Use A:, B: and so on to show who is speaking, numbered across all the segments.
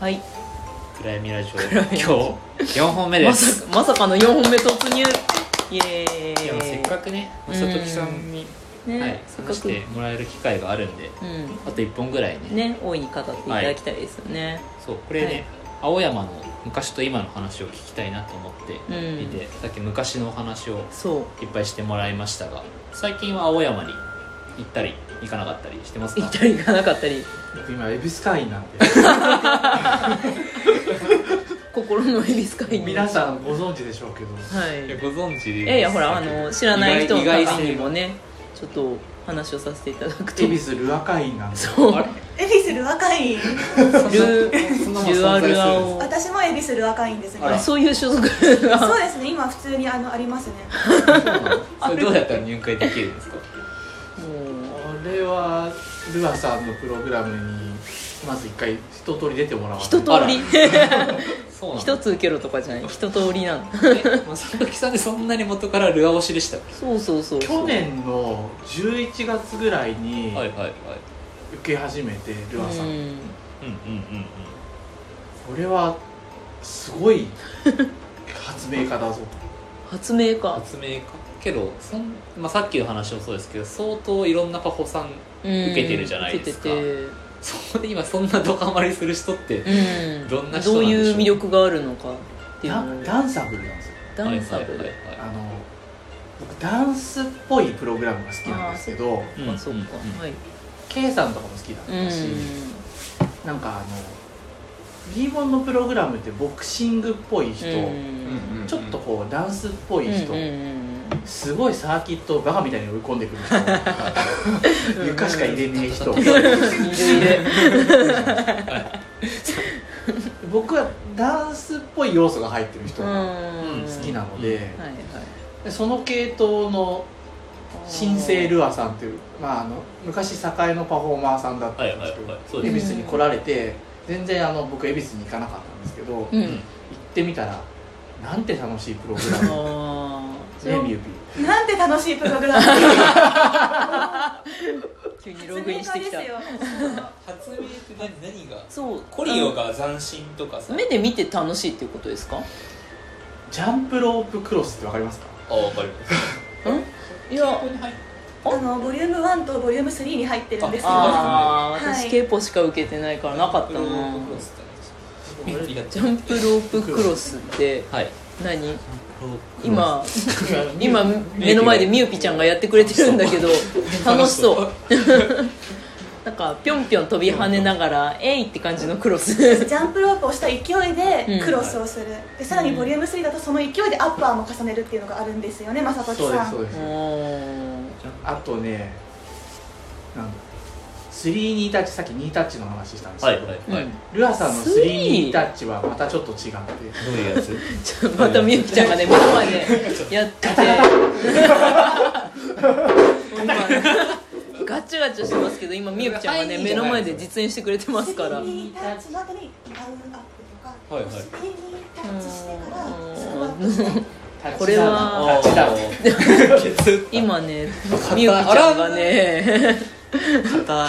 A: はい
B: 暗闇ラジオ
A: 闇ラジオ
B: 今日4本目で、
A: ますさかまさかの4本目突入イエーイ
B: いやせっかくね
A: うん
B: 里木さんに、
A: ね、
B: はい、
A: せっか
B: 話し
A: く
B: てもらえる機会があるんで
A: う
B: あと1本ぐらいね
A: んね大いに語っていただきたいですよね、
B: そうこれね、
A: はい
B: 青山の昔と今の話を聞きたいなと思って
A: うん
B: いて、さっき昔のお話を
A: そう
B: いっぱいしてもらいましたが最近は青山に行ったり行かなかったりしてますか
A: 行ったり行かなかったり
C: 僕今恵比寿会員なんで
A: 心の恵比寿会に
C: 皆さんご存知でしょうけど
A: はい
B: いやご存知で
A: いやいやほらあの知らない人の
B: 意外
A: ためにもねちょっと話をさせていただくと
C: 恵比寿ルア会員なんで
A: そう
B: あ
D: エビスルア会員
A: ル
B: そんなもん
A: ルア
B: 存在するんです
A: ルアを
D: 私もエビスルア会員ですね
B: あら
A: そういう所属
D: そう
A: が
D: ですね今普通にあのありますね
B: それどうやったら入会できるんですか
A: もう
C: これはルアさんのプログラムにまず一回一通り出てもらわない
A: 一通
B: あら
A: り
B: そうなん
A: 一つ受けろとかじゃない一通りなの
B: えまあ佐々木さんでそんなに元からルア推しでしたっ
A: そうそうそうそう
C: 去年の11月ぐらい
B: け
C: に
B: はいはいはい
C: 受け始めてルアさん、
A: うん
B: うんうんうんうん
C: これはすごい発明家だぞ
A: 発明家
B: 発明家けどそん、まあ、さっきの話もそうですけど相当いろんなパフォさん
A: 受
B: けてるじゃないですか
A: 受けてて
B: そこで今そんなドカマリする人って
A: うん、
B: どんな人
A: ど
B: な
A: う
B: んでしょう
A: いう魅力があるのかっていう
C: ダ
A: のを
C: ダンサブルなんですよ
A: ダンサブル、
B: はい
C: あの僕ダンスっぽいプログラムが好きなんですけど
B: はいはい
A: あそっか、はい
C: K さんとかも好きだったし、
A: う
C: なんかあの b ボンのプログラムってボクシングっぽい人、
A: ん
B: うんうん
C: ちょっとこうダンスっぽい人、
A: うんうん
C: すごいサーキットをバカみたいに追い込んでくる人
A: うん
C: 床しか入れない人
A: うんいるいる
C: 僕はダンスっぽい要素が入ってる人
A: う
C: が
A: ん
C: 好きなので、
A: はいはい
C: でその系統の新生ルアさんっていう、まあ、あの昔栄のパフォーマーさんだったん
B: はいはい
C: で
B: はい
C: すけど、
B: はいそう
C: 恵
B: で
C: 比
B: す
C: 寿に来られて全然あの僕恵比寿に行かなかったんですけど、行
A: う
B: うん
A: ん
C: ってみたらなんて楽しいプログ ラム
A: あー
C: ねみゆぴ
D: なんて楽しいプログラム
A: 急にログインしてきた
D: 発明家ですよ
B: 発明って何何が
A: そう
B: コリオが斬新とか
A: あ
B: さ
A: の目で見て楽しいっていうことですか
C: ジャンプロープクロスってわかりますか
B: あわかります
A: いや
D: あのボリューム1とボリューム3に入ってるんですよ
B: あ
D: あ
A: あー
D: はい
A: 私ケーポしか受けてないからなかったなジャンプロープクロスって
B: はい
A: 何今今目の前でみゆぴちゃんがやってくれてるんだけど楽しそうなんかぴょんぴょん飛び跳ねながら「えい!」って感じのクロス
D: ジャンプロープをした勢いでクロスをする、でさらに
A: うん
D: ボリューム3だとその勢いでアッパーも重ねるっていうのがあるんですよね正
C: そう
D: 時
C: で
D: さ
C: すそうんです、
A: うん
C: あとねなんだスリーニータッチさっきニータッチの話したんですけ
B: は
C: ど、
B: いはいはい
C: ルアさんのス
A: スリ
C: リ
A: ー
C: ーニータッチはまたちょっと違って
B: どういうやつ
A: ちょまたみゆきちゃんがね目の前でやってて今ガチャガチャしてますけど今みゆきちゃんがね目の前で実演してくれてますから
D: スリーにタッチの後にダウンアップとか、
B: はいはい
D: スリーにタッチしてから
A: うん
D: スクワットして
A: これは
C: タッチダウン
A: 今ねみゆきちゃんがね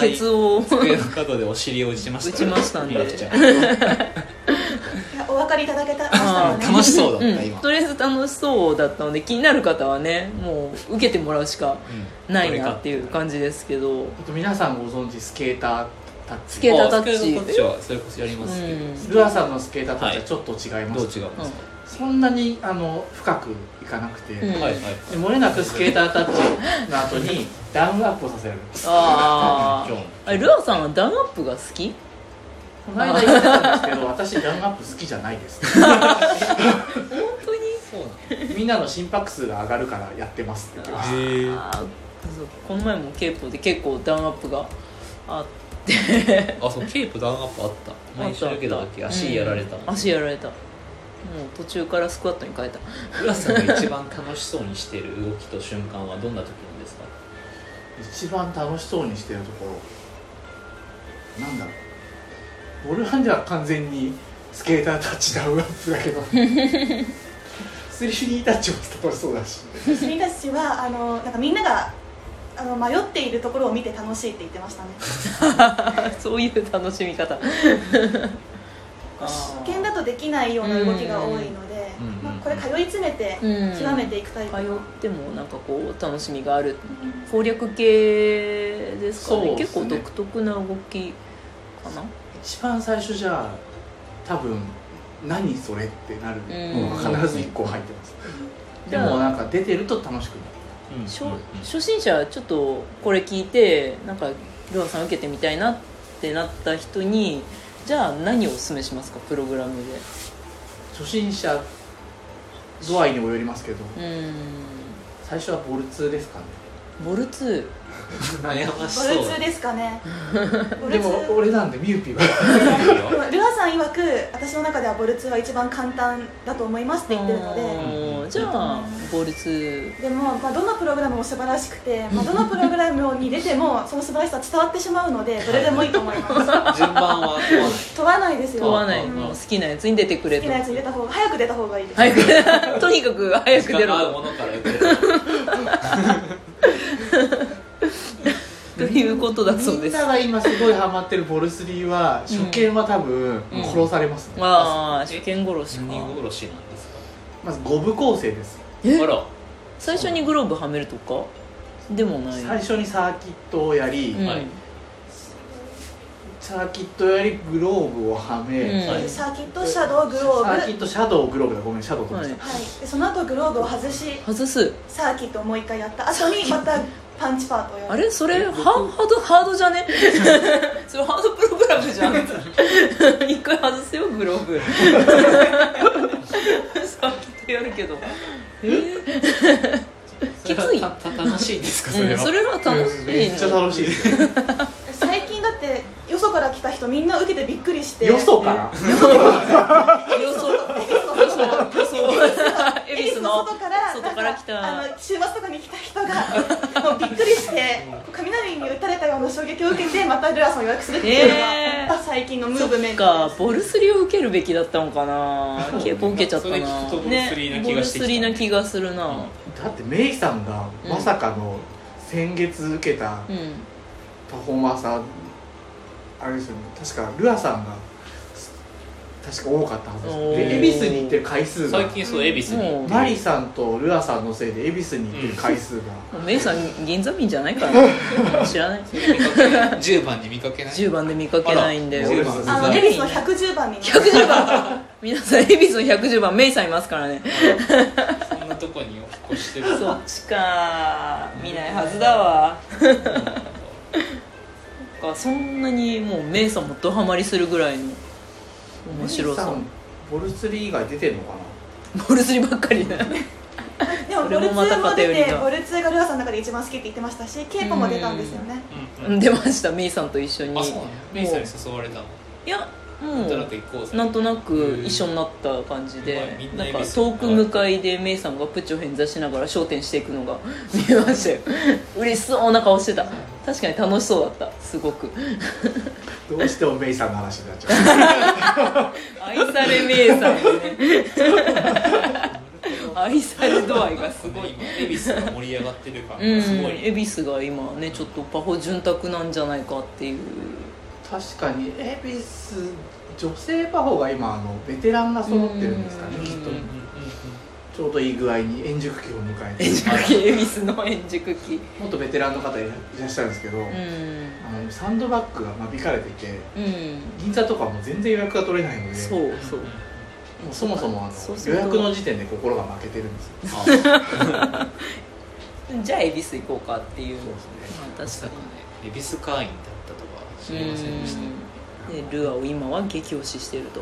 A: ケツを
B: 机の角でお尻を打ちましたね
A: 打ちましたんで
B: みゆきちゃん
D: いやお分かりいただけたましたよね
B: 楽しそうだった
A: うん、
B: 今
A: とりあえず楽しそうだったので気になる方はねもう受けてもらうしかないなっていう感じですけど
C: あと皆さんご存知スケータータッチ
A: スケータータッチ
B: スケータータッチはそれこそやりますけど
A: うん
C: ルアさんのスケータータッチはちょっと違いま
B: どう違うん
C: す、
B: ですか
C: そんなにあの深くいかなくて、
A: うん
C: で
B: はいはい
C: 漏れなくスケータータッチの後にダウンアップをさせられる
A: あ
B: 今日
A: ーあれルアさんはダウンアップが好き
C: この間言ってたんですけど私ダウンアップ好きじゃないです
A: 本当に
B: そうなん
C: みんなの心拍数が上がるからやってますって言ってまし
B: へえ
A: あーそうこの前もケープで結構ダウンアップがあって
B: あそうケープダウンアップあった毎週受けた時足やられた
A: うん足やられたもう途中からスクワットに変えた
B: 浦さんが一番楽しそうにしてる動きと瞬間はどんな時なんですか
C: た一番楽しそうにしてるところなんだろうボルハンでは完全にスケータータッチダウンアップだけどスリーニータッチも楽しそうだし
D: 君たちはあのなんかみんながあの迷っているところを見て楽しいって言ってましたね。
A: そういう楽しみ方あー
D: 試験だとできないような動きが多いので
B: うん、
D: まあ、これ通い詰めて
A: うん
D: 極めていくタイプ
A: 通
D: の、
A: ってもなんかこう楽しみがある
D: うん
A: 攻略系ですかね
C: そうですね
A: 結構独特な動きかな
C: 一番最初じゃあ多分何それってなるの
A: うん
C: が必ず1個入ってます、
A: ん
C: でもなんか出てると楽しくなる
B: うん
A: 初
B: うんうん
A: 初心者ちょっとこれ聞いてなんかルアさん受けてみたいなってなった人にじゃあ何をおすすめしますかプログラムで
C: 初心者度合いにもよりますけど
A: うーん
C: 最初はボルツですかね
A: ボルツ
B: 悩まし
D: ボ
B: そう
D: ルツですかねボ
C: で
D: ルツ
C: も俺なんでミューピーは
B: す
D: でもルアさん曰く私の中ではボルツは一番簡単だと思いますって言ってるので、
A: あーじゃあボルツ
D: でも、まあ、どのプログラムも素晴らしくて、まあ、どのプログラムに出てもその素晴らしさ伝わってしまうのでどれでもいいと思い ま
B: 順番は問わない
D: す問わないですよ
A: 問わない
D: うん
A: 好
D: 好
A: きなやつに出てくれ
D: き
A: と
D: なやつに出た方が早く出た方がいいです、
A: 早く とにかく早く
B: 時間
A: 出
B: が合
A: ろ
B: うものから出る
A: ということだそう
C: み
A: で
C: ん
A: す
C: なが今すごいハマってるボルスリーは初見は多分
A: うん
C: 殺されますね、
A: ああ受験殺しか
B: 人殺しなんですか
C: まず五部構成です
A: え
B: あら
A: 最初にグローブはめるとかでもない
C: 最初にサーキットをやり、
A: うん
B: はい
C: サーキットやりグローブをはめ、
A: うん
D: サーキットシャドウグ
C: サ
D: ローブ
C: ー
D: は
C: キ
D: い
C: ットシャドウグローブだごめんシャドウと思ってた、
D: でその後グローブを外し
A: 外す
D: サーキットをもう一回やった後にまたパンチパートをやる
A: あれそれハハードハードじゃね それハードプログラムじゃん 一回外せよグローブさっきとやるけどえーきつい
B: それはたた楽しいんですかそれ
A: うん
B: は、
A: それは楽しい
C: めっちゃ楽しいですよ
D: 最近だってよそから来た人みんな受けてびっくりして
C: よそか
A: い
C: ら
A: よそよそよそ
D: 恵
A: 恵
D: 比
A: 比
D: 寿
A: 寿
D: の
A: の
D: 外から
A: 外から来た
D: なんかあの週末とかに来た人がもうびっくりして雷に打たれたような衝撃を受けてまたルアソンを予約するっていうのが、
A: えー
D: また最近のム
A: そ
D: ーブメ
A: っ
D: ント
A: か
D: です
A: ボルスリーを受けるべきだったのかな
B: そうね
A: 結構受けちゃったな
B: それ聞くとボルスリーな気がしてき
A: ねボルスリ
B: た
A: ーな気がするな
C: だってメイさんがまさかの先月受けた
A: うん
C: パフォーマーさんあれですよね確かルアさんが確か多かったはずです
A: おー
C: で恵比寿に行ってる回数が
B: 最近そう恵比寿に
A: もう
C: マリさんとルアさんのせいで恵比寿に行ってる回数が、
A: もうメイさん銀座民じゃないからな知らない
B: 10番に見かけない
A: 10番で見かけないんだよ
C: あら
D: あの
A: ね
D: 恵比寿の110番に
A: 110番皆さん恵比寿の110番メイさんいますからね
B: そんなとこにお引っ越してる
A: そっちか見ないはずだわそっかそんなにもうメイさんもドハマりするぐらいの面白
C: メイさ
A: さ
C: んボルスリー以外出てるのかな
A: ボルスリばっかりね
D: でも
A: そ
D: ボル
A: れ
D: ツ
A: もま
D: ー
A: た
D: も出
A: 偏り
D: て
A: だ
D: ボルツーがルアソンの中で一番好きって言ってましたし K−POP も出たんですよね
B: うんうん
A: 出ましたメイさんと一緒に
B: あそうなのメイさんに誘われたの
A: いや
B: な
A: も
B: んとな
A: う
B: く行こうぜ
A: なんとなく一緒になった感じで
B: うん
A: なんか遠く向かいでメイさんがプチを偏座しながら焦点していくのが 見えましたよ嬉しそうな顔してた確かに楽しそうだったすごく
C: どうしてもメイさんの話になっち ゃう
A: 愛されメイさんね愛され度合いがすごい
B: 今恵比寿が盛り上がってる感
A: うん
B: がすごい
A: 恵比寿が今ねちょっとパフォ潤沢なんじゃないかっていう
C: 確かに恵比寿女性パフォーが今あのベテランが揃ってるんですかね
A: うん
C: きっと
A: うん
C: ちょうどいい具合に円熟期を迎え
A: 円
C: て
A: 熟期恵比寿の円熟期
C: もっとベテランの方いらっしゃるんですけど、
A: うん
C: あのサンドバッグが間引かれていて
A: うん
C: 銀座とかはもう全然予約が取れないので
A: そ
C: もう
A: うそう
C: そもそもあの
A: そうす
C: 予
A: ると
C: 約の時点で心が負けてるんですよ
B: あそうね
A: じゃあ恵比寿行こうかっていう
C: そうですね
A: まあ確かに
B: 恵比寿会員だったと は知りませんでした
A: でルアを今は激推ししていると、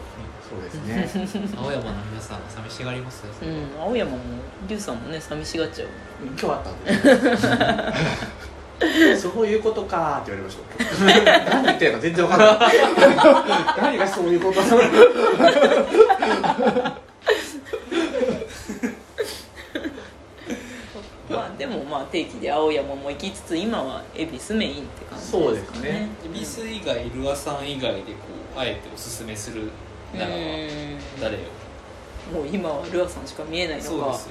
C: そうですね
B: 青山の皆さんは寂しがりますよ
A: うん、青山も龍さんもね寂しがっちゃう
C: 今日あったんで そういうことかーって言われました何言ってるか全然わかん ない何がそういうことなのか
A: まあでもまあ定期で青山も行きつつ今は恵比寿メインって感じ
C: そうですね
B: 恵比寿以外ルアさん以外でこうあえておすすめするならば
A: う
B: 誰を
A: んもう今はルアさんしか見えないのか
B: そうですよ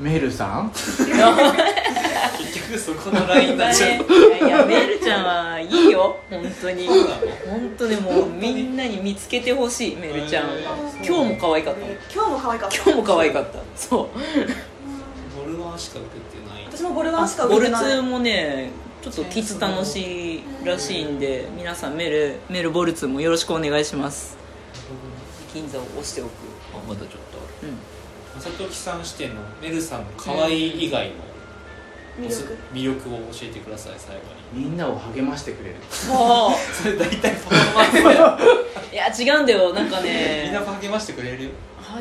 C: メルさん
B: 結局そこのラインになっちゃう
A: いやメルちゃんはいいよ本当に
B: そうなの
A: 本当でもうみんなに見つけてほしいメルちゃん
B: えー
A: 今日も可愛かったもん
D: 今日も可愛かった
A: 今日も可愛かったそう
B: ボルワンしか受けてない
D: 私もボルワンしか
A: ボ
D: 受け
A: ル
D: てない
A: ツもねちょっとキツ楽しいらしいんで皆さんメルメルボルツもよろしくお願いします銀座を押しておく
B: あまだちょっと
A: うん
B: あるさときさん視点のメルさんの可愛い以外の
D: 魅
B: おす
D: 力
B: 魅力を教えてください最後に
C: みんなを励ましてくれる
A: そ
B: それ大体パフォーマンスだよ
A: ういや違うんだよなんか
B: みんな
A: ね
B: 励ましてくれるよ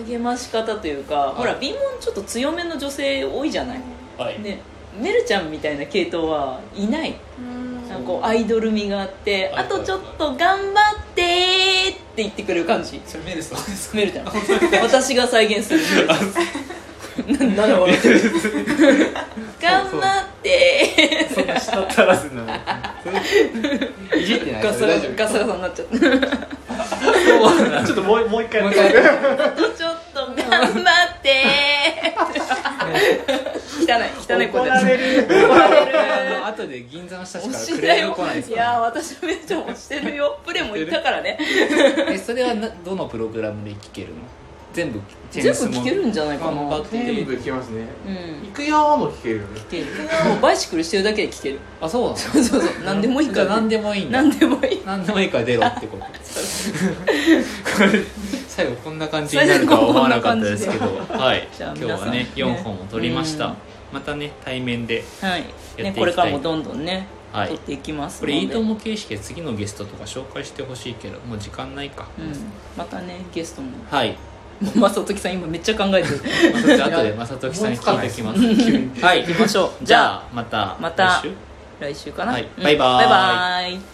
A: 励まし方というかほら貧乏ちょっと強めの女性多いじゃない
B: はい、
A: ねメルちゃんみたいな系統はいない
D: うん
A: なんかこうアイドル味があって「あとちょっと頑張って」って言ってくれる感じ
B: それメルさんです
A: メルちゃん私が再現するメルちゃんななんだ笑ってる頑張って
C: そんな舌足らずなのいじってない
A: ガ
C: そ
A: サ
C: れ
A: ガ
C: 大
A: サ
C: 丈夫
A: ガサガサになっちゃった
C: ちょっともうもう一回
B: もう一回
A: あとちょっと頑張って 汚い汚い子
C: 怒
A: で
C: ら
A: す
C: れる
B: あの後で銀座の下し
A: 推
B: から
A: し
B: ク
A: だ
B: レーム
A: よ
B: 来ないです
A: い
B: か
A: やー私めっちゃ推してるよプレもいたからね
B: えそれはなどのプログラムで聞けるの全部
A: 全部聞けるんじゃないか
B: 頑
A: な
B: 張
A: う
B: って
C: 全部聞けますね
A: ん
C: 行くよーも聞けるよね
A: 聞けるもうバイシクルしてるだけで聞ける
B: あそうなの
A: そうそうそう何でもいい
B: じ
A: か
B: ゃあ
A: ら
B: 何
A: ね
B: でもいいんだ
A: 何でもいい
B: 何でもいいから出ろってことこれ最後こんな感じになるとは思わなかったですけどはい
A: じゃあ
B: 今日は
A: 皆
B: ね
A: さん
B: 4本も撮りました、
A: うん
B: またね対面で
A: はい
B: やっていきた
A: ね
B: い
A: これからもどんどんね
B: はい
A: 取っていきます
B: こ
A: の
B: れ
A: で
B: いいとも形式で次のゲストとか紹介してほしいけどもう時間ないか、
A: うんまたねゲストも
B: はい
A: もう正時さん今めっちゃ考えてる
B: まあそっち後でまさときさんに聞いてきますはい
A: 行きましょう
B: じゃあまた
A: また
B: 来週
A: 来週かな、
B: はい
A: うん
B: バイバーイ
A: バイバーイ